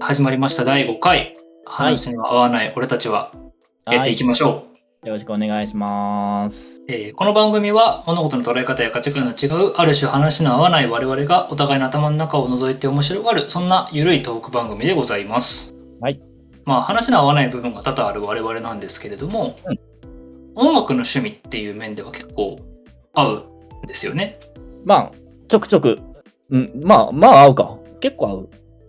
始まりました第5回い話には合わない俺たちはやっていきましょよろしくお願いします。う、えーこの番組は物事の捉え方や価値観の違うある種話の合わない我々がお互いの頭の中を覗いて面白がるそんなゆるいトーク番組でございますはいまあ話の合わない部分が多々ある我々なんですけれども、う音楽の趣味っていう面では結構合うんですよねまあ、ちょくちょく、うん、まあ、まあ合うか。結構合う。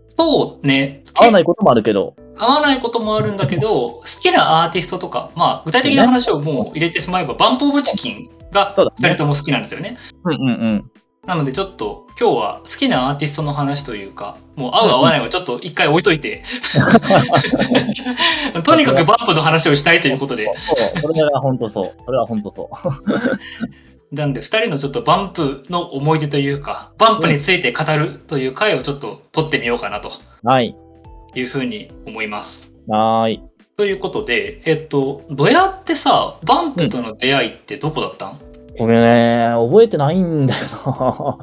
そうね合わないこともあるけど、合わないこともあるんだけど好きなアーティストとか、まあ、具体的な話をもう入れてしまえばバンプ・オブ・チキンがそうだ2人とも好きなんですよね。うんうんうん。なのでちょっと今日は好きなアーティストの話というかもう合う合わないはちょっと一回置いといてとにかくバンプの話をしたいということでそう、それは本当そう。それは本当そう。なんで2人のちょっとバンプの思い出というかバンプについて語るという回をちょっと撮ってみようかなとはい。いうふうに思います。はーい。ということで、えっと、ドヤってさ、バンプとの出会いってどこだったん、これね、覚えてないんだよな。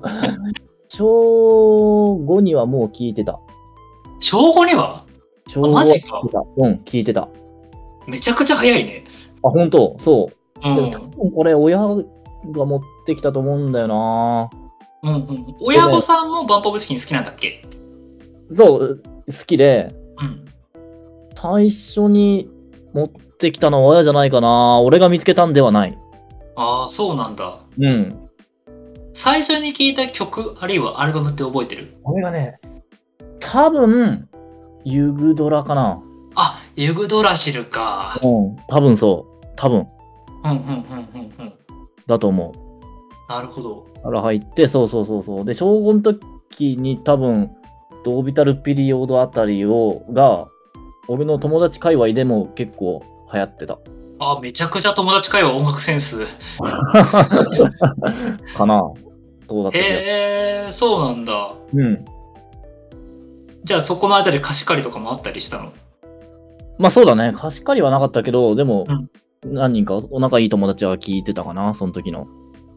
小5にはもう聞いてた。小5には小5はマ聞ジいてかた。うん、聞いてた。あ、めちゃくちゃ早いね。本当そう。うでん。うも多分これ親が持ってきたと思うんだよな。んうん、親御さんもバンプオブチキン好きなんだっけそう、好きで、うん。最初に持ってきたのは親じゃないかな。俺が見つけたんではない。ああ、そうなんだ。うん。最初に聞いた曲、あるいはアルバムって覚えてる俺がね、多分、ユグドラかな。あ、ユグドラシルか。うん。多分そう。多分。うんうんうんうんうん。だと思なるほど。う。から入って、そうそうそうそう。で、小5の時に多分、ドービタルピリオドあたりを、が、俺の友達界隈でも結構流行ってた。あ、めちゃくちゃ友達会話音楽センス。かな。どうだった気がすへえ、そうなんだ。るうん。じゃあそこのあたり貸し借りとかもあったりしたのまあそうだね。貸し借りはなかったけど、でもうん、何人かお仲いい友達は聞いてたかな、その時の。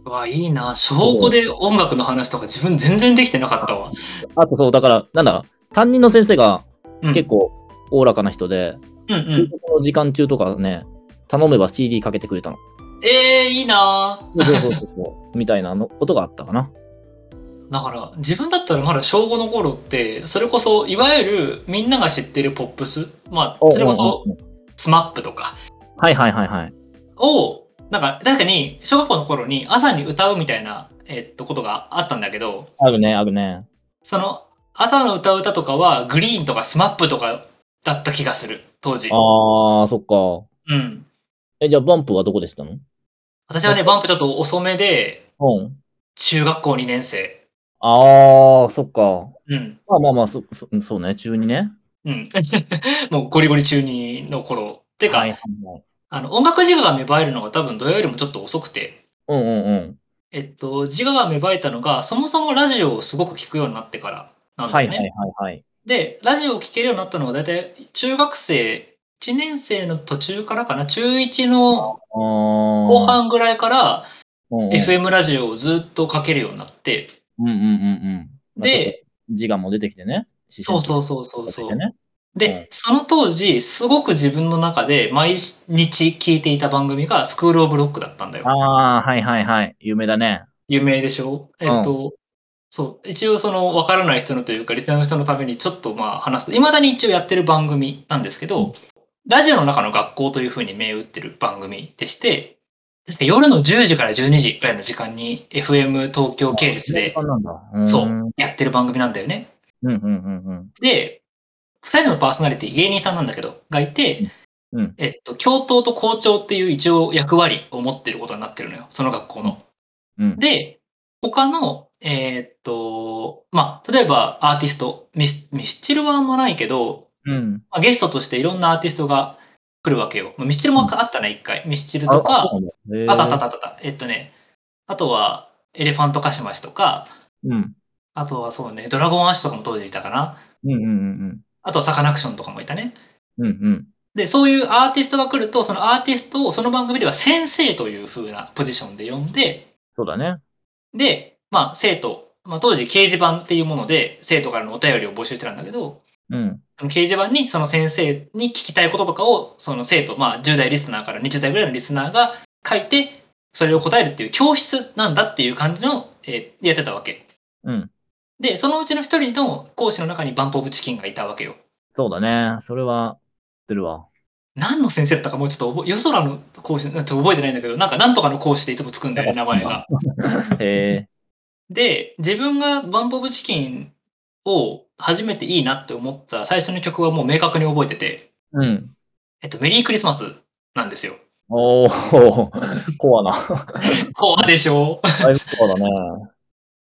うわいいな証拠で音楽の話とか自分全然できてなかったわ、あとそう、だから、なんだ、担任の先生がうん、結構おおらかな人で、うんう給ん食の時間中とかね、頼めば CD かけてくれたの。えー、いいなそうそうそうそう。 みたいなのことがあったかな。だから自分だったらまだ小5の頃ってそれこそいわゆるみんなが知ってるポップスまあそれこそおうおうおうスマップとかはいはいはいはい。をなんか確かに小学校の頃に朝に歌うみたいな、えっとことがあったんだけどあるね、あるね。その朝の歌う歌とかはグリーンとかスマップとかだった気がする当時あー、そっか。うんえ、じゃあ、バンプはどこでしたの私はねバンプちょっと遅めでうん。中学校2年生あー、そっか。うん。まあまあまあ、そそそうね、中にね。うん。 もうゴリゴリ中二の頃。てか、はいはいはい。あの音楽自我が芽生えるのが多分土曜よりもちょっと遅くて、うんうんうん。えっと、自我が芽生えたのが、そもそもラジオをすごく聞くようになってからなんはだいよはね。いはいはい。で、ラジオを聴けるようになったのが大体中学生、1年生の途中からかな、中1の後後、半ぐらいからうんうん、 FM ラジオをずっとかけるようになって、うんうんうんうん。で、自我も出てきてね。そうそううそうそうそう。ね、うんで、その当時、すごく自分の中で毎日聞いていた番組がスクールオブロックだったんだよ。ああ、はいはいはい。有名だね。有名でしょえっと、そう、一応その分からない人のというか、リスナーの人のためにちょっとまあ話すと、いまだに一応やってる番組なんですけど、うんラジオの中の学校というふうに銘打ってる番組でして、確か夜の10時から12時ぐらいの時間に FM 東京系列であなんだ。ーんそううんやってる番組なんだよね。うんうんで、2人のパーソナリティ、芸人さんなんだけど、がいて、うんうんえっと、教頭と校長っていう一応役割を持ってることになってるのよ、その学校の。うん。うん、で、他の、えーっと、まあ、例えばアーティスト、ミスミスチルはあんまないけど、うん。。まあ、ゲストとしていろんなアーティストが来るわけよ。まあミスチルもあったね、一回。ミスチルとか、あったあったあったたあった。えっとね、あとは、エレファントカシマシとか、うん。あとはそうね、ドラゴンアッシュとかも当時いたかな。うんうんうんあとはサカナクションとかもいたね。うん。うんうん。で、そういうアーティストが来ると、そのアーティストをその番組では先生という風なポジションで呼んで、そうだね。で、まあ生徒、まあ当時掲示板っていうもので生徒からのお便りを募集してたんだけど、うん。あの掲示板にその先生に聞きたいこととかをその生徒、まあ、10代リスナーから20代ぐらいのリスナーが書いてそれを答えるっていう教室なんだっていう感じの、えーやってたわけうん。でそのうちの一人の講師の中にバンポーブチキンがいたわけよそうだね。それは、するわ。何の先生だったかもうちょっと覚え夜空の講師ちょっと覚えてないんだけどなんかなんとかの講師でいつもつくんだ よね名前がへえ。で自分がバンポーブチキンを初めていいなって思った最初の曲はもう明確に覚えててうん。えっとメリークリスマスなんですよおお、コアな。コアでしょだいぶコアだね。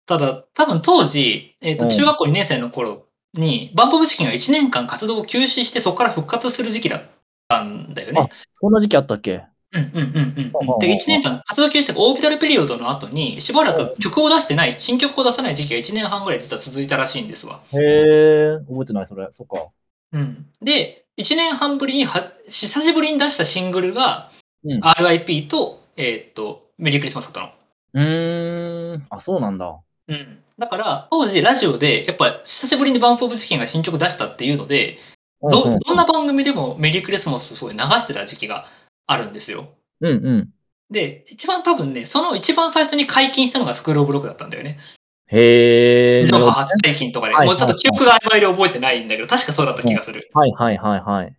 ただ、多分当時、えっ、うと、ん中学校2年生の頃に、バンポブチキンが1年間活動を休止して、そこから復活する時期だったんだよね。こんな時期あったっけうんうんうんほうほうほうん。うで、1年間活動休止して、オービタルピリオドの後に、しばらく曲を出してない、新曲を出さない時期が1年半ぐらい実は続いたらしいんですわ。へえ、覚えてない、それ。そっか。うん。で、1年半ぶりには、久しぶりに出したシングルが、うん RIP と、えっ、と、メリークリスマスだったの。うーん。あ、そうなんだ。うん、だから当時ラジオでやっぱ久しぶりにバンプ・オブ・チキンが新曲出したっていうのでど,、うんうんどんな番組でもメリークリスマスをすごい流してた時期があるんですよ。うんうん。で一番多分ねその一番最初に解禁したのがスクール・オブ・ロックだったんだよね。へえ。一な番るほど初解禁とかで、はいもうちょっと記憶が曖昧で覚えてないんだけど確かそうだった気がする。はいはいはいはい。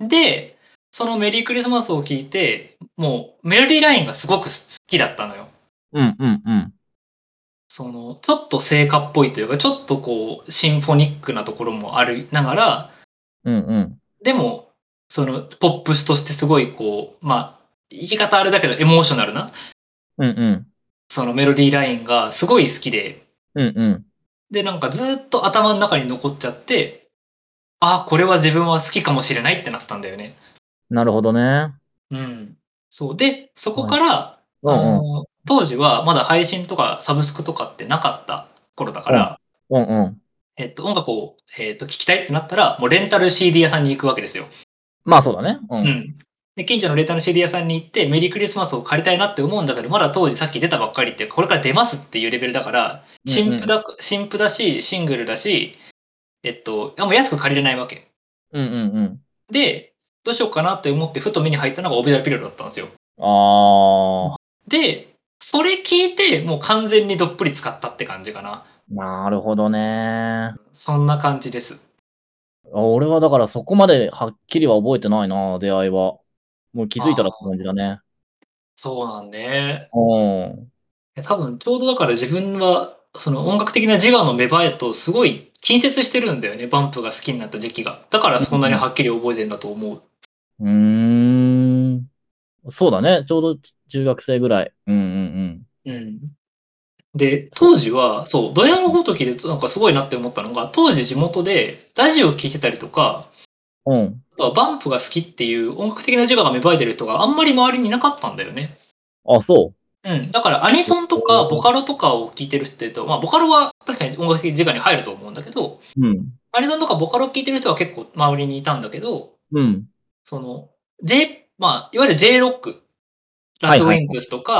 でそのメリークリスマスを聞いてもうメロディーラインがすごく好きだったのよ。うんうんうん。そのちょっと聖歌っぽいというかちょっとこうシンフォニックなところもありながらうんうん。でも、その、ポップスとしてすごい、こう、まあ、言い方あれだけど、エモーショナルな、うんうん。そのメロディーラインがすごい好きで、うんうん。で、なんかずっと頭の中に残っちゃって、ああ、これは自分は好きかもしれないってなったんだよね。なるほどね。うん。そう。で、そこから、うあんうん。の当時はまだ配信とかサブスクとかってなかった頃だから、うんうん。えっと、音楽を、えっと、聞きたいってなったら、もうレンタル CD 屋さんに行くわけですよ。まあそうだね。う。うんん、で近所のレンタル CD 屋さんに行ってメリークリスマスを借りたいなって思うんだけどまだ当時さっき出たばっかりっていうかこれから出ますっていうレベルだから新婦だ,、新婦だしシングルだしえっとあもう安く借りれないわけうんうんうん。でどうしようかなって思ってふと目に入ったのがオビダルピルロだったんですよああ、でそれ聞いてもう完全にどっぷり使ったって感じかななるほどね。そんな感じですあ俺はだからそこまではっきりは覚えてないな、出会いは。もう気づいたらって感じだね。そうなんでうん。多分ちょうどだから自分はその音楽的な自我の芽生えとすごい近接してるんだよねバンプが好きになった時期がだからそんなにはっきり覚えてんだと思う、うーん。そうだね。ちょうどち中学生ぐらい。うんうんうん、で当時はそうドヤのほうときでなんかすごいなって思ったのが当時地元でラジオ聴いてたりとかうん。うん。あとはバンプが好きっていう音楽的な自我が芽生えてる人があんまり周りにいなかったんだよねあ、そうん、だからアニソンとかボカロとかを聴いてる人っていうと、まあ、ボカロは確かに音楽的自我に入ると思うんだけどう。うん。アニソンとかボカロ聴いてる人は結構周りにいたんだけど、うん。その、J、まあ、いわゆる J ロック、ラはいッドウはいィンクスとか、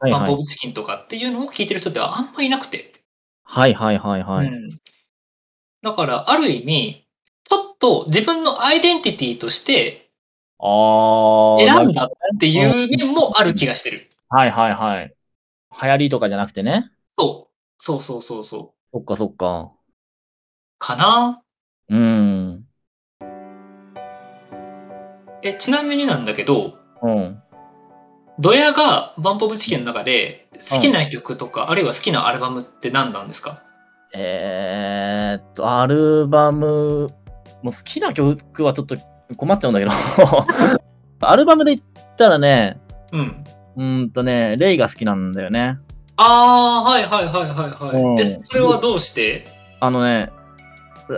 はいバンはポ・オい。ブ・チキンとかっていうのを聞いてる人ってはあんまりいなくて。はいはいはいはうい。んだから、ある意味、ちょっと自分のアイデンティティとしてああ。選んなだっていう面もある気がしてる。はいはいはい。流行りとかじゃなくてね。そう。そうそうそうそう。そっかそっか。かなうん。え、ちなみになんだけど、うん。ドヤがバンポ・オブ・チキンの中で好きな曲とか、あるいは好きなアルバムって何なんですかえーっと、アルバム、もう好きな曲はちょっと困っちゃうん だけど。アルバムで言ったらね、うん。うーんとね、レイが好きなんだよね。ああ、はいはいはいはいはい。え、うんそれはどうしてあのね、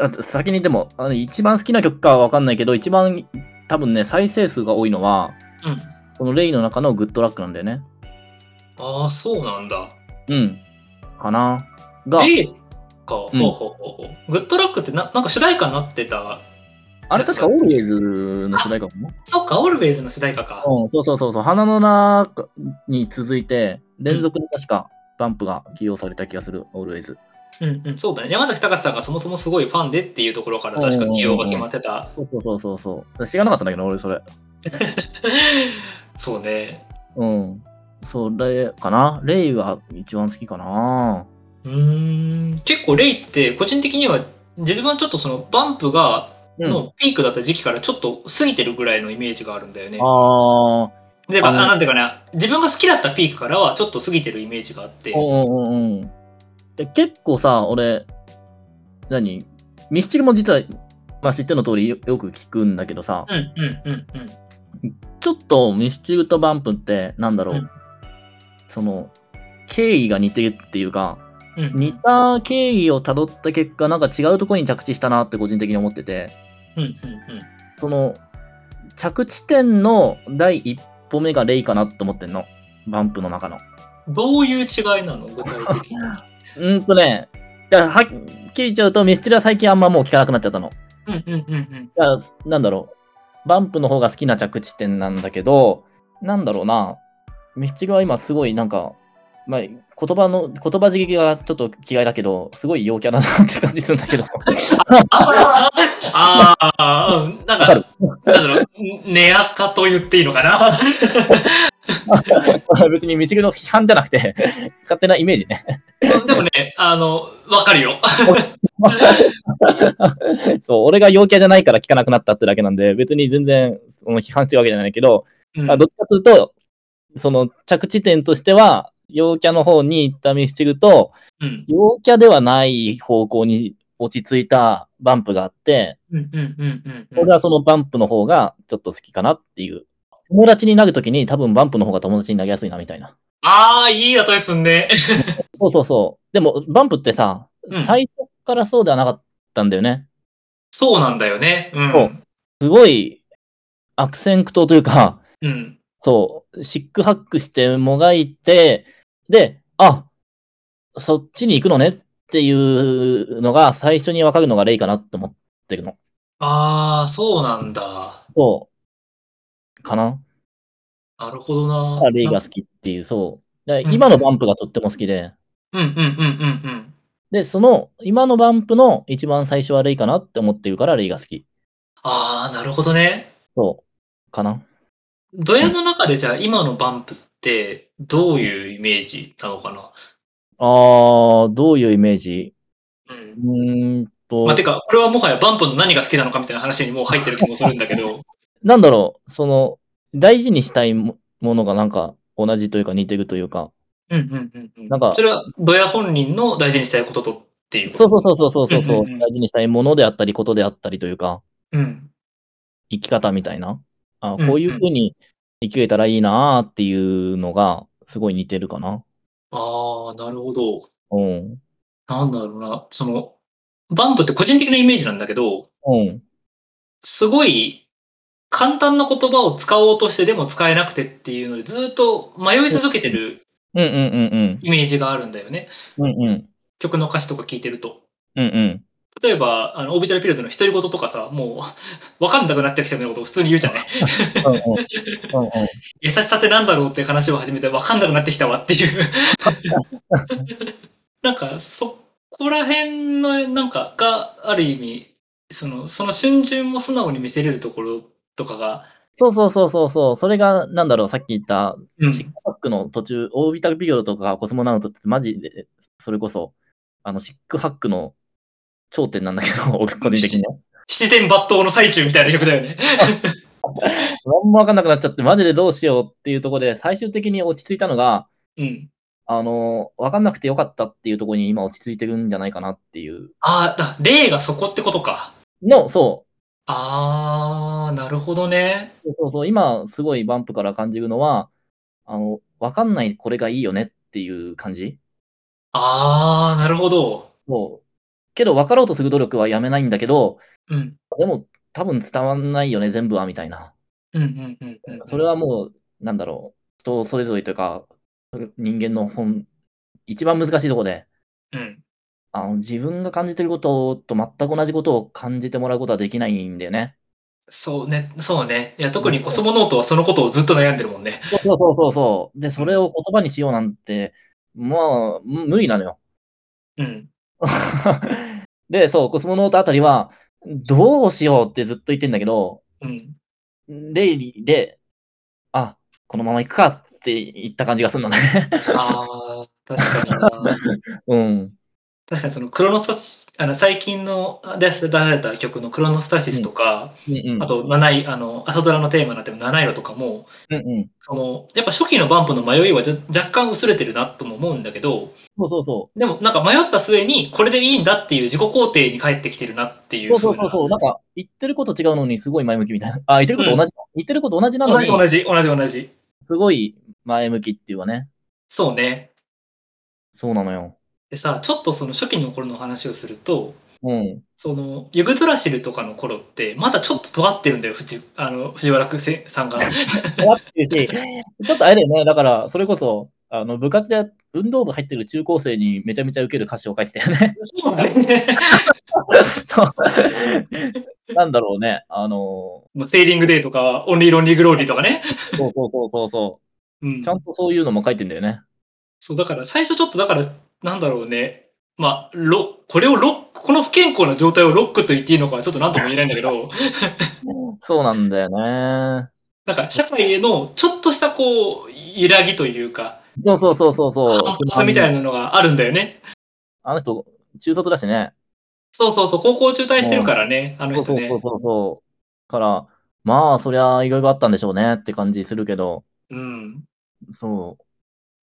あ先にでも、あの一番好きな曲かはわかんないけど、一番多分ね、再生数が多いのは、うん。このレイの中のグッドラックなんだよね。ああ、そうなんだ。うん。かな。が、レイか。ほううんほうほうほう。グッドラックってな、なんか主題歌になってた。あれ確かオールウェイズの主題歌かも。そっか、オールウェイズの主題歌か。うん、そうそうそうそう、花の中に続いて、連続で確か、バンプが起用された気がする、オールウェイズ。うんうん、そうだね山崎隆さんがそもそもすごいファンでっていうところから確か起用が決まってた そうそうそうそうそう。知らなかったんだけど、俺それ。そうねうん。それかな。レイが一番好きかな。うーん結構レイって個人的には自分はちょっとそのバンプがうん、あのピークだった時期からちょっと過ぎてるぐらいのイメージがあるんだよね、あー。でまああのなんていうかね自分が好きだったピークからはちょっと過ぎてるイメージがあってうんうんうんうん。で結構さ、俺、何ミスチルも実は、まあ、知っての通りよよく聞くんだけどさ、うんうんうんうんちょっとミスチルとバンプってなんだろう、うんその経緯が似てるっていうかうんうん似た経緯をたどった結果なんか違うところに着地したなって個人的に思っててうんうんその着地点の第一歩目がレイかなと思ってんのバンプの中のうんどういう違いなの具体的 にうんとねだからはっきり言っちゃうとミスチルは最近あんまもう聞かなくなっちゃったのうんうんうんうんいや、なんだろう。バンプの方が好きな着地点なんだけど、なんだろうな。ミスチルは今すごいなんか、まあ、言葉の、言葉刺激がちょっと嫌いだけど、すごい陽キャだなって感じするんだけど。 ああ、うんなんわかかる、なんだろう、寝やかと言っていいのかな。 別にミスチルの批判じゃなくて、勝手なイメージね。でもね、あの、わかるよ。そう、俺が陽キャじゃないから聞かなくなったってだけなんで、別に全然その批判してるわけじゃないけど、うんあどっちかというと、その着地点としては、陽キャの方に行ったミスチルと、うん陽キャではない方向に落ち着いたバンプがあって、うんうんうんうん俺はそのバンプの方がちょっと好きかなっていう。友達に投げときに多分バンプの方が友達に投げやすいなみたいな。ああ、いい例えすんね。そうそうそう。でも、バンプってさ、うん最初からそうではなかったんだよね。そうなんだよね。うそん。すごい悪戦苦闘というか、 うん。そう、シックハックしてもがいて、で、あそっちに行くのねっていうのが最初にわかるのがレイかなって思ってるの。ああ、そうなんだ。そう。かな。なるほどな。あレイが好きっていう、そう。で今のバンプがとっても好きで、うんうんうんうんうん。で、その、今のバンプの一番最初はレイかなって思ってるから、レイが好き。ああ、なるほどね。そう。かな。ドヤの中でじゃあ今のバンプってどういうイメージなのかな。あー、どういうイメージうんう。ーんと、まあ、てか、これはもはやバンプの何が好きなのかみたいな話にもう入ってる気もするんだけ ど、なんだろう、その、大事にしたいもものがなんか同じというか似てるというか、うんうんうんうんなんかそれはドヤ本人の大事にしたいこととっていうそうう。そうそうそうそうそう、うんうんうん大事にしたいものであったり、ことであったりというか、うん、生き方みたいな、うあんこういうふうに生きれたらいいなーっていうのが、すごい似てるかな。ああ、なるほど。うん。なんだろうな、その、バンプって個人的なイメージなんだけど、うん。すごい簡単な言葉を使おうとしてでも使えなくてっていうので、ずっと迷い続けてるうんうんうんイメージがあるんだよね。うん。うんうん。曲の歌詞とか聞いてると。うんうん。例えば、あの、オービタルピリオドの独り言とかさ、もう、わかんなくなってきたようなことを普通に言うじゃない。うんうん。うんうん。優しさってなんだろうって話を始めて分かんなくなってきたわっていう なんかそこら辺のなんかがある意味そのその春巡も素直に見せれるところとかが、そうそうそうそうそう。それが、なんだろう、さっき言った、うんシックハックの途中、オービタルピリオドとかコスモナウトってマジで、それこそ、あの、シックハックの頂点なんだけど、 俺個人的 には。七点抜刀の最中みたいな曲だよね。何もわかんなくなっちゃって、マジでどうしようっていうところで、最終的に落ち着いたのが、うん、あの、わかんなくてよかったっていうところに今落ち着いてるんじゃないかなっていう。ああだ例がそこってことか。の、そあーなるほどね。う。そうそう、今、すごいバンプから感じるのは、あの、わかんないこれがいいよねっていう感じ。あーなるほど。そう。けど分かろうとする努力はやめないんだけど、うんでも多分伝わんないよね、全部は、みたいな。うんうんうんうん、それはもう、なんだろう、人それぞれというか、それ人間の本、一番難しいとこで、うん、あの自分が感じてることと全く同じことを感じてもらうことはできないんだよね。そうねそうねいや特にコスモノートはそのことをずっと悩んでるもんね。そうそうそうそうそう。で、それを言葉にしようなんて、まあ、む無理なのよ。うん で、そう、コスモノートあたりは、どうしようってずっと言ってんだけど、うん。レイリーで、あ、このまま行くかって言った感じがするのね。 ああ、確かにな。うん。確かにそのクロノスタシあの最近の出された曲のクロノスタシスとか、うんうんあと七色あの朝ドラのテーマになってる七色とかもうんうん。そのやっぱ初期のバンプの迷いはじゃ若干薄れてるなとも思うんだけどそうそうそ。でもなんか迷った末にこれでいいんだっていう自己肯定に返ってきてるなっていううそうそうそうそう。なんか、言ってること違うのにすごい前向きみたいな。あ、言ってること同じ、言ってること同じなの同にじ、同じ同じ同じすごい前向きっていうかね。そうねそうなのよ。でさちょっとその初期の頃の話をするとうん。そのユグドラシルとかの頃ってまだちょっと尖ってるんだよ藤あの藤原くせさんが。笑ってるし、ちょっとあれだよね。だから、それこそ、あの、部活で運動部入ってる中高生にめちゃめちゃ受ける歌詞を書いてたよね。 そうだねそうなんだろうね。あの、 もうセーリングデーとか、オンリーロンリーグローリーとかね。そうそうそうそうそうう。んちゃんとそういうのも書いてんだよね。そう、だから最初ちょっと、だから、なんだろうね。まあ、ロこれをロック、この不健康な状態をロックと言っていいのかはちょっと何とも言えないんだけど、そうなんだよね。なんか社会へのちょっとしたこう、揺らぎというか、そうそうそうそうそう。反発みたいなのがあるんだよね。あの人、中卒だしね。そうそうそう、高校中退してるからね、あのそう人そうねそう。そうそう。から、まあ、そりゃ、いろいろあったんでしょうねって感じするけど、うん。そ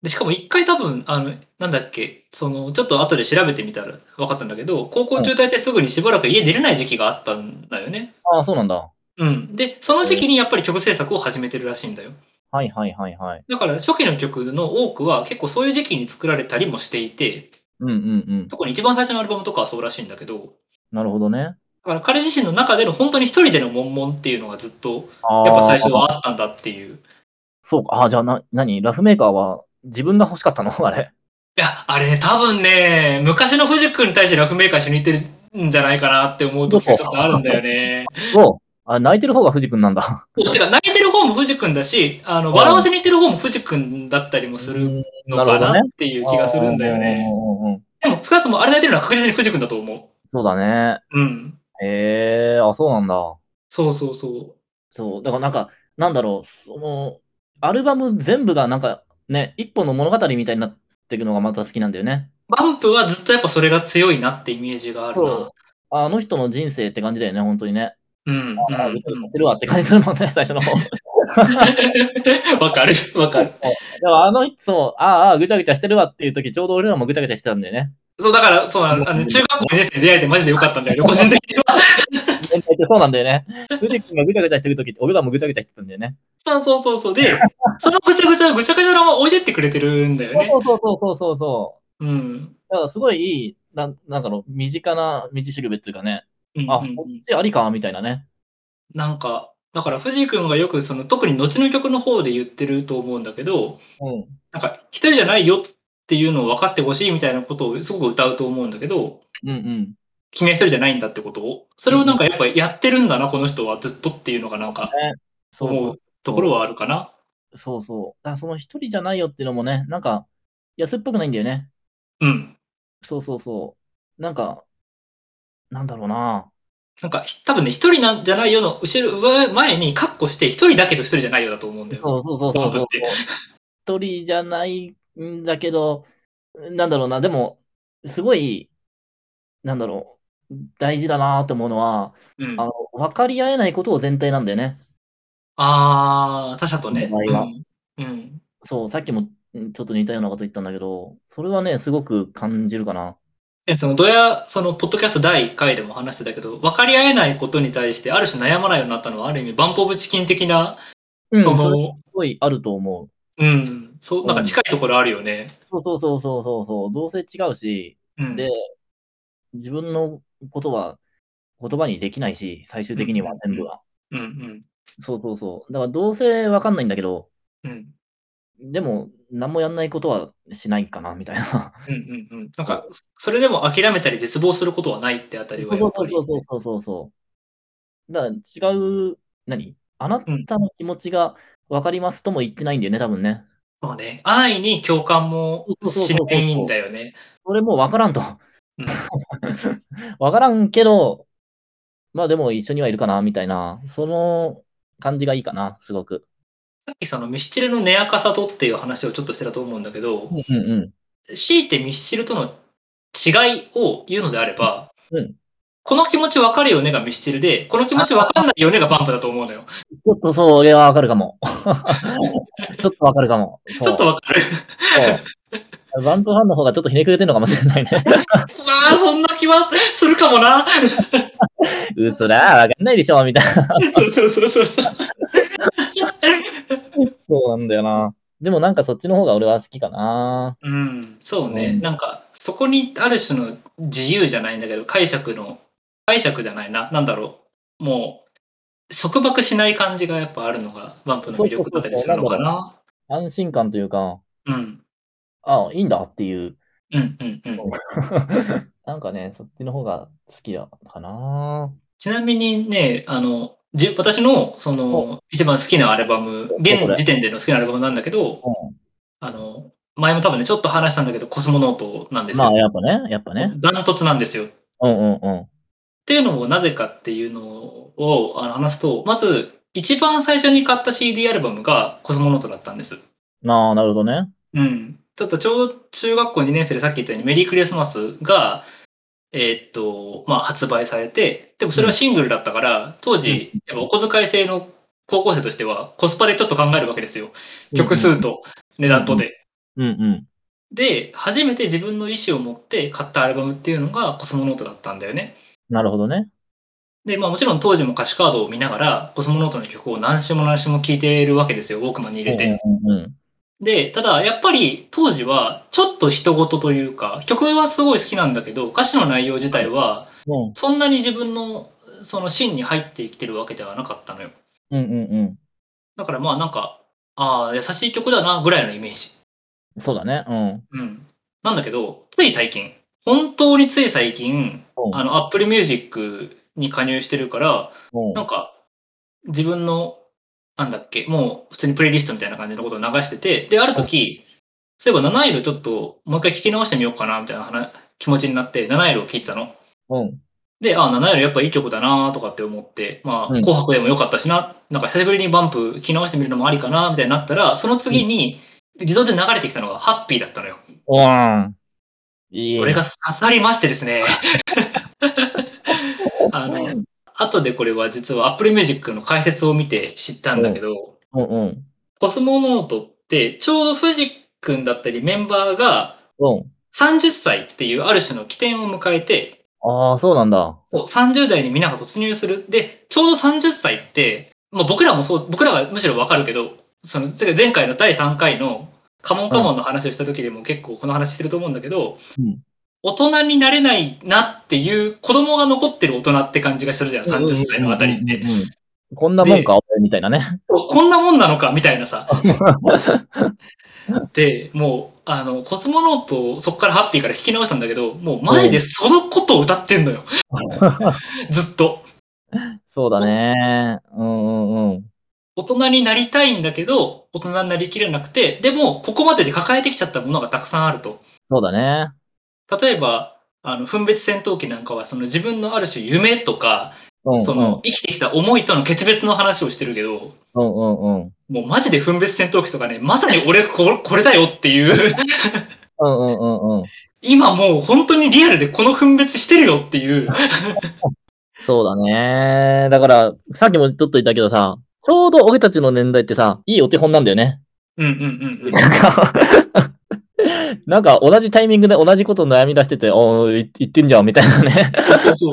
で、しかも一回多分、あの、なんだっけ、その、ちょっと後で調べてみたら分かったんだけど、高校中退してすぐにしばらく家出れない時期があったんだよね。う。ああ、そうなんだ。うん、でその時期にやっぱり曲制作を始めてるらしいんだよはいはいはいはい。だから初期の曲の多くは結構そういう時期に作られたりもしていてうんうんうん。特に一番最初のアルバムとかはそうらしいんだけどなるほどね。だから彼自身の中での本当に一人での悶々っていうのがずっとあーやっぱ最初。はあったんだっていういそうか。ああ、じゃあな、何ラフメーカーは自分が欲しかったの あれ。やあれね多分ね昔の藤君に対してラフメーカーしに行ってるんじゃないかなって思う時がちょっとあるんだよね そう。あ、泣いてる方が藤君なんだ。てか泣いてる方も藤君だしあの笑わせに行ってる方も藤君だったりもするのかなっていう気がするんだよねうんうんうんうん。でも、少なくともあれ泣いてるのは確実に藤君だと思そうだね。う。うん。へえあ、そうなんだ。そうそうそそう、だからなんか、なんだろう、その、アルバム全部がなんかね、一本の物語みたいになっていくのがまた好きなんだよね。う。バンプはずっとやっぱそれが強いなってイメージがあるなそ。あの人の人生って感じだよね、本当にね。うん。うんああ、歌ってるわって感じするもんね、最初 の方。だかうんわかる わかる。らあの人、そうああ、ぐちゃぐちゃしてるわっていう時、ちょうど俺らもぐちゃぐちゃしてたんだよね。そう、だから、そうなのあの、中学校2年生で出会えてマジでよかったんだけど、個人的には。全体ってそうなんだよね。藤君がぐちゃぐちゃしてる時って、俺らもぐちゃぐちゃしてたんだよね。そうそうそうそう。で、そのぐちゃぐちゃ、ぐちゃぐちゃのまま置いてってくれてるんだよねそ。うそうそうそうそうそうん。う。だからすごいいい、なんなんだろう、身近な道しるべっていうかね、うん、あ、うこんっちありか、みたいなね。なんか、だから藤井君がよくその、特に後の曲の方で言ってると思うんだけど、うん。なんか一人じゃないよっていうのを分かってほしいみたいなことをすごく歌うと思うんだけど、うんうん。君は一人じゃないんだってことを、それをなんかやっぱやってるんだな、この人はずっとっていうのがなんかそうそう思うところはあるかな。そうそう。だからその一人じゃないよっていうのもね、なんか安っぽくないんだよね。うん。そうそうそう。なんか、なんだろうな。なんかひ多分ね、一人なんじゃないよの後ろ、上前にカッコして、一人だけど一人じゃないよだと思うんだよ。そうそうそうそうそうそうだ。一人じゃないんだけど、なんだろうな。でも、すごい、なんだろう。大事だなと思うのは、うんあ、の分かり合えないことを前提なんだよね。あー、他者とね。お前はうん。うんそう、さっきもんちょっと似たようなこと言ったんだけど、それはね、すごく感じるかな。えそのドヤ、その、ポッドキャスト第1回でも話してたけど、分かり合えないことに対して、ある種悩まないようになったのは、ある意味、バンポブチキン的な、うん、そのそれはすごいあると思う。うん、そう、なんか近いところあるよね。そうそうそうそうそうそう、どうせ違うし、うん、で、自分のことは言葉にできないし、最終的には全部は。うんそうそうそう。だからどうせわかんないんだけど、うんうんでも何もやんないことはしないかな、みたいな。うんうんうんなんかそれでも諦めたり絶望することはないってあたりそはうやそっぱうりそうそうそうそうそう。だから違う、何あなたの気持ちがわかりますとも言ってないんだよね、多分ね。そうね安易に共感もしないんだよねそれもわからんと。うんわからんけど、まあでも一緒にはいるかな、みたいな、その感じがいいかな、すごく。さっきそのミスチルの根やかさとっていう話をちょっとしてたと思うんだけど、うんうん。強いてミスチルとの違いを言うのであれば、うんこの気持ちわかるよねがミスチルで、この気持ちわかんないよねがバンプだと思うのよ。ちょっとそう、俺はわかるか も。ちょっとわかるかも。そうちょっとわかる。 そうバンプファンの方がちょっとひねくれてるのかもしれないね。まあ、そんな気はするかも な。嘘だ、わかんないでしょ、みたいな。そうそうそうそうそう。そうなんだよな。でもなんかそっちの方が俺は好きかな。うん、そうね。うんなんか、そこにある種の自由じゃないんだけど、解釈の、解釈じゃないな。なんだろう。もう、束縛しない感じがやっぱあるのが、バンプの魅力だったりするのかな。安心感というか、うん。ああ、いいんだっていう。うんうんうん。なんかね、そっちの方が好きだかな。ちなみにね、あの、じ私のその一番好きなアルバム、現時点での好きなアルバムなんだけど、あの、前も多分ね、ちょっと話したんだけど、コスモノートなんですまよあ、。やっぱね、やっぱね。ダントツなんですよ。っうんうんうん。ていうのもなぜかっていうのをあの話すと、まず、一番最初に買った CD アルバムがコスモノートだったんです。ああ、なるほどね。うん。ちょっと小中学校2年生でさっき言ったようにメリークリスマスが、えーっと、まあ発売されて、でもそれはシングルだったから、当時、やっぱお小遣い制の高校生としてはコスパでちょっと考えるわけですよ。曲数と値段とで。うんうん。で、初めて自分の意思を持って買ったアルバムっていうのがコスモノートだったんだよね。なるほどね。で、まあもちろん当時も歌詞カードを見ながら、コスモノートの曲を何週も何週も聴いているわけですよ、ウォークマンに入れて。うんうんで、ただやっぱり当時はちょっと人事というか、曲はすごい好きなんだけど、歌詞の内容自体はうん。うんそんなに自分のその芯に入ってきてるわけではなかったのよ。うんうんだからまあなんか、ああ、優しい曲だなぐらいのイメージ。うん。そうだね。うん。うん。なんだけど、つい最近、本当につい最近、うんあの、Apple Music に加入してるから、うんなんか、自分の、なんだっけ、もう普通にプレイリストみたいな感じのことを流してて、で、ある時、そういえば七色ちょっともう一回聞き直してみようかな、みたいな話気持ちになって、七色を聞いてたの。うん。で、あ、七色やっぱいい曲だなとかって思って、まあ、うん紅白でも良かったしな、なんか久しぶりにバンプ聞き直してみるのもありかな、みたいになったら、その次に自動で流れてきたのがハッピーだったのよ。うん。いいこれが刺さりましてですね。あの、後でこれは実は Apple Music の解説を見て知ったんだけど、うんうん。コスモノートって、ちょうど藤君だったりメンバーがうん。 30歳っていうある種の起点を迎えて、ああ、そうなんだ。こう30代にみんなが突入する。で、ちょうど30歳って、まあ、僕らもそう、僕らはむしろわかるけど、そのつまり前回の第3回のカモンカモンの話をした時でも結構この話してると思うんだけど、うん大人になれないなっていう子供が残ってる大人って感じがするじゃん、30歳のあたりってう。んうんうんこんなもんか、俺みたいなね。おこんなもんなのかみたいな さ。で、もう、あの、コスモノートをそっからハッピーから聞き直したんだけど、もうマジでそのことを歌ってん のよ。ずっと。そうだね。うんうんうん。大人になりたいんだけど、大人になりきれなくて、でも、ここまでで抱えてきちゃったものがたくさんあると。そうだね。例えば、あの、分別戦闘機なんかは、その自分のある種夢とか、うんうん。その、生きてきた思いとの決別の話をしてるけど、うんうんうん。もうマジで分別戦闘機とかね、まさに俺ここれだよっていう。 うんうんうんうん。今もう本当にリアルでこの分別してるよっていう。そうだね。だから、さっきもちょっと言ったけどさ、ちょうど俺たちの年代ってさ、いいお手本なんだよね。 うんうんうんうん。なんか同じタイミングで同じこと悩み出してて、おーい言ってんじゃんみたいなね。そうそうそう。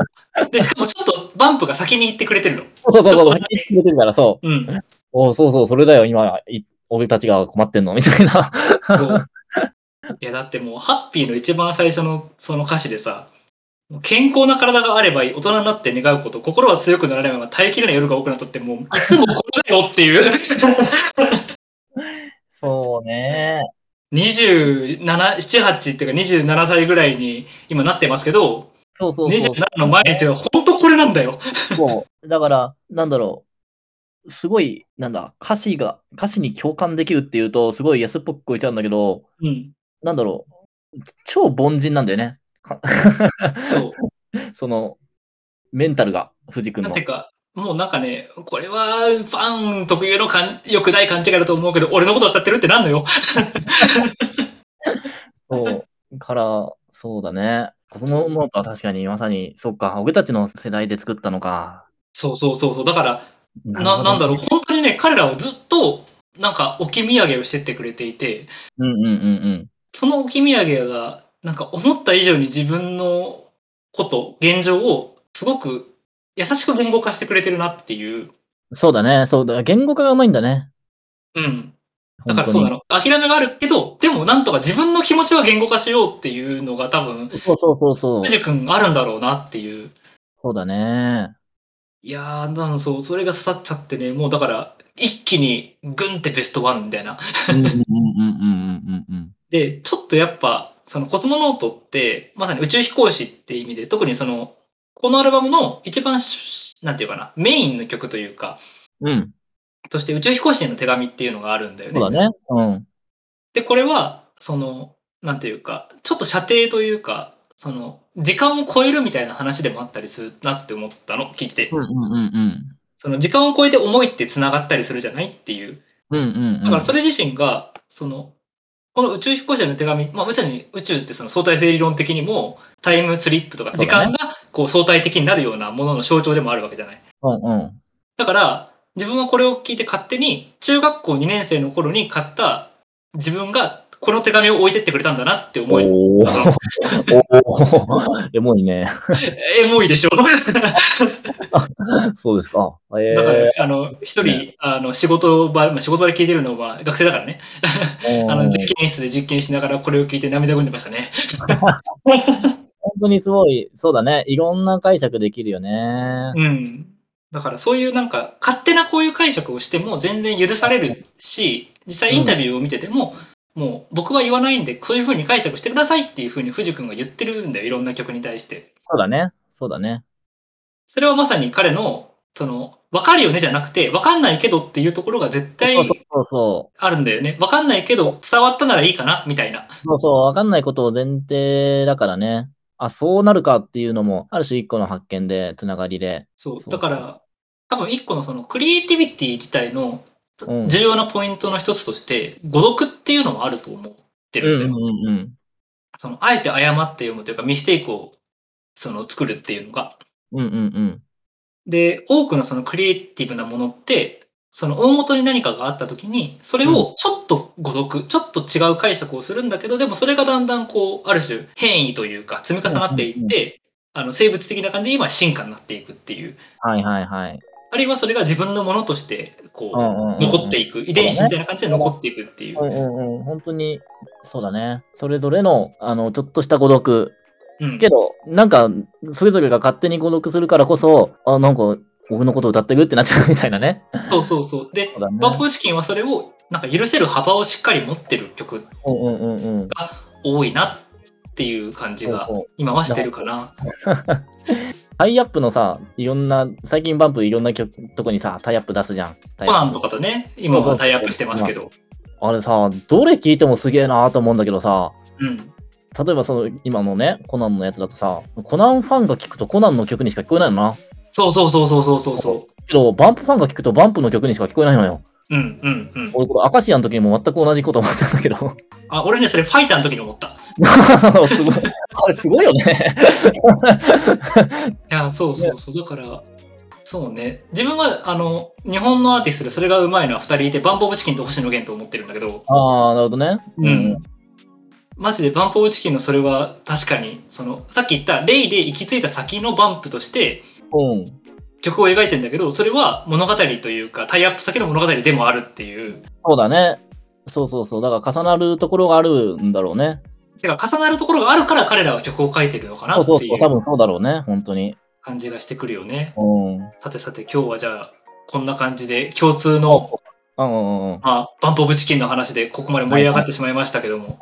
で、しかもちょっとバンプが先に行ってくれてるの。そうそうそうちょそっう、と先に言ってくれてるから、そう。うん。おーそうそう、それだよ、今、い俺たちが困ってんのみたいな。そう いや、だってもうハッピーの一番最初のその歌詞でさ、健康な体があればいい、大人になって願うこと、心は強くなられば耐えきれない夜が多くなったって、もういつもこれだよっていう。 そうね。 27、7、8っていうか27歳ぐらいに今なってますけど、そうそうそう。 27の毎日は本当これなんだよ。そう。だから、なんだろう。すごい、なんだ、歌詞が、歌詞に共感できるっていうと、すごい安っぽく聞こえちゃうんだけど、うん。なんだろう。超凡人なんだよね。かそう。その、メンタルが、藤君なんのてい。うか、もうなんかね、これはファン特有のかん良くない勘違いだと思うけど、俺のこと歌ってるってなんのよ。そう。から、そうだね。コスモノートは確かにまさに、そっか、俺たちの世代で作ったのか。そうそうそうそう。だから、なるほなどなんだろう、本当にね、彼らをずっと、なんか置き土産をしてってくれていて、うんうんうんその置き土産が、なんか思った以上に自分のこと、現状を、すごく優しく言語化してくれてるなっていう。うん。そうだね。そうだ。言語化がうまいんだね。うん。だ本から当そうになの。諦めがあるけど、でもなんとか自分の気持ちは言語化しようっていうのが多分、そうそうそうそう。藤君あるんだろうなっていう。そうだね。いやー、なんそう、それが刺さっちゃってね、もうだから、一気にグンってベストワンみたいな。うんうんうんうんうんうんうん。で、ちょっとやっぱ、そのコスモノートって、まさに宇宙飛行士って意味で、特にその、このアルバムの一番し、なんていうかな、メインの曲というか、うん。として宇宙飛行士への手紙っていうのがあるんだよそうね。だね。うん。で、これは、その、なんていうか、ちょっと射程というか、その、時間を超えるみたいな話でもあったりするなって思ったの、聞いててう。んうんうんうん。その、時間を超えて思いって繋がったりするじゃないっていう。うんうんうん。だからそれ自身が、その、この宇宙飛行士への手紙、まあ、もちろん宇宙ってその相対性理論的にもタイムスリップとかそうだね時間がこう相対的になるようなものの象徴でもあるわけじゃない。うんうん。だから自分はこれを聞いて勝手に中学校2年生の頃に買った自分がこの手紙を置いてってくれたんだなって思い、おー おーエモいね。エモいでしょ。そうですか。え ー、だから、あの、一人、ねあの、仕事場、まあ、仕事場で聞いてるのは学生だからね、あうの、ん実験室で実験しながらこれを聞いて涙ぐんでましたね。本当にすごい、そうだね。いろんな解釈できるよね。 うん。だからそういうなんか勝手なこういう解釈をしても全然許されるし、実際インタビューを見てても、もう僕は言わないんで、そういう風に解釈してくださいっていう風に藤君が言ってるんだよ、いろんな曲に対して。そうだね。そうだね。それはまさに彼の、その、わかるよねじゃなくて、わかんないけどっていうところが絶対そうそうそあるんだよね。わかんないけど伝わったならいいかな、みたいなう。。そうそう。わかんないことを前提だからね。あ、そうなるかっていうのも、ある種一個の発見で、つながりで。そ。そううだから、多分一個のそのクリエイティビティ自体のうん重要なポイントの一つとして、語読っていうのもあると思ってうるんだよ。んうんうん。その、あえて誤って読むというか、ミステイクを、その、作るっていうのが。うんうんうん。で、多くのそのクリエイティブなものって、その大元に何かがあった時に、それをちょっと誤読、ちょっと違う解釈をするんだけど、でもそれがだんだんこう、ある種変異というか、積み重なっていって、うんうんあの生物的な感じで今進化になっていくっていう。はいはいはい。あるいはそれが自分のものとして、こう、残残っていく。遺伝子みたいな感じで残っていくっていうう。んうんうん、本当に、そうだね。それぞれの、あの、ちょっとした孤独。うんけど、なんか、それぞれが勝手に孤独するからこそ、あ、なんか、僕のこと歌ってるってなっちゃうみたいなね。そうそうそう。でそうだね、バップシキンはそれを、なんか許せる幅をしっかり持ってる曲うんうんうんうん。多いなっていう感じがそうそう今はしてるかな。タイアップのさ、いろんな、最近バンプいろんな曲、とこにさ、タイアップ出すじゃん。タイコアナンップとかとね、今そうそうはタイアップしてますけど。あれさ、どれ聴いてもすげえなーと思うんだけどさ、うん。例えばその、今のね、コナンのやつだとさ、コナンファンが聴くとコナンの曲にしか聞こえないのな。そうそうそうそうそうそうそけど、バンプファンが聞くとバンプの曲にしか聞こえないのよ。う。うんうんうん。俺、これ、アカシアの時にも全く同じこと思ったんだけど。あ、俺ね、それファイターの時に思った。いすごい。 あれ、すごいよね。や、そうそうそう。だから、そうね。自分は、あの、日本のアーティストでそれがうまいのは2人いて、バンポーブチキンと星野源と思ってるんだけど、 ああ、なるほどね。うん。マジでバンポーブチキンのそれは確かに、その、さっき言ったレイで行き着いた先のバンプとして、うん。曲を描いてんだけど、それは物語というか、タイアップ先の物語でもあるっていう。そうだね。そうそうそう。だから、重なるところがあるんだろうね。てか重なるところがあるから彼らは曲を書いてるのかなそうってそういそう。多う分そうだろうね。本当に。感じがしてくるよね。うん。うんさてさて今日はじゃあこんな感じで共通の、うんうん。まあ、バンプ・オブ・チキンの話でここまで盛り上がってしまいましたけども。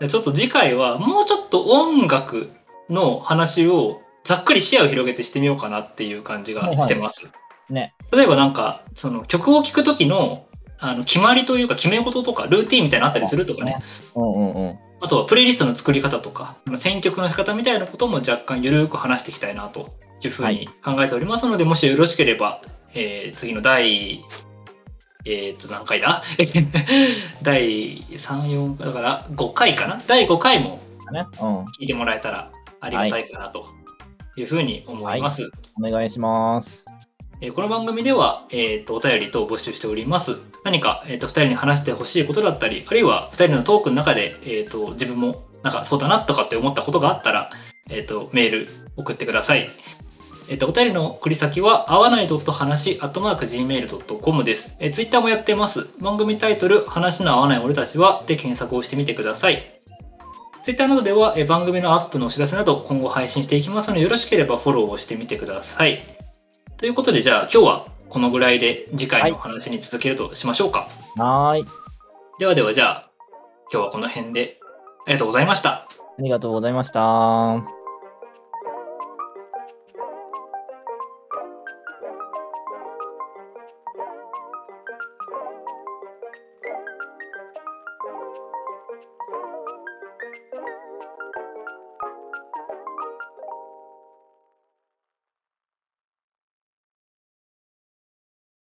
で ちょっと次回はもうちょっと音楽の話をざっくり視野を広げてしてみようかなっていう感じがしてます。ね。例えばなんかその曲を聴く時のあの決まりというか決め事とかルーティンみたいなのあったりするとかねうんうんうん。あとはプレイリストの作り方とか、選曲の仕方みたいなことも若干ゆるく話していきたいなというふうに考えておりますので、もしよろしければ、えー次の第、えーっと、何回だ 第3、4だから5回かな第5回もね。うん。お聞いてもらえたらありがたいかなというふうに思います。願いします。えーこの番組では、えー、とお便り等を募集しております。何か、えー、と2人に話してほしいことだったり、あるいは2人のトークの中で、えー、と自分もなんかそうだなとかって思ったことがあったら、えー、とメール送ってください。えー、とお便りの送り先は、合わない話、アットマーク Gmail.com です、えー。ツイッターもやってます。番組タイトル、話の合わない俺たちはで検索をしてみてください。ツイッターなどでは、えー番組のアップのお知らせなど今後配信していきますので、よろしければフォローをしてみてください。ということで、じゃあ今日はこのぐらいで次回のお話に続けるとしましょうか。はーい。ではでは、じゃあ今日はこの辺でありがとうございました。ありがとうございました。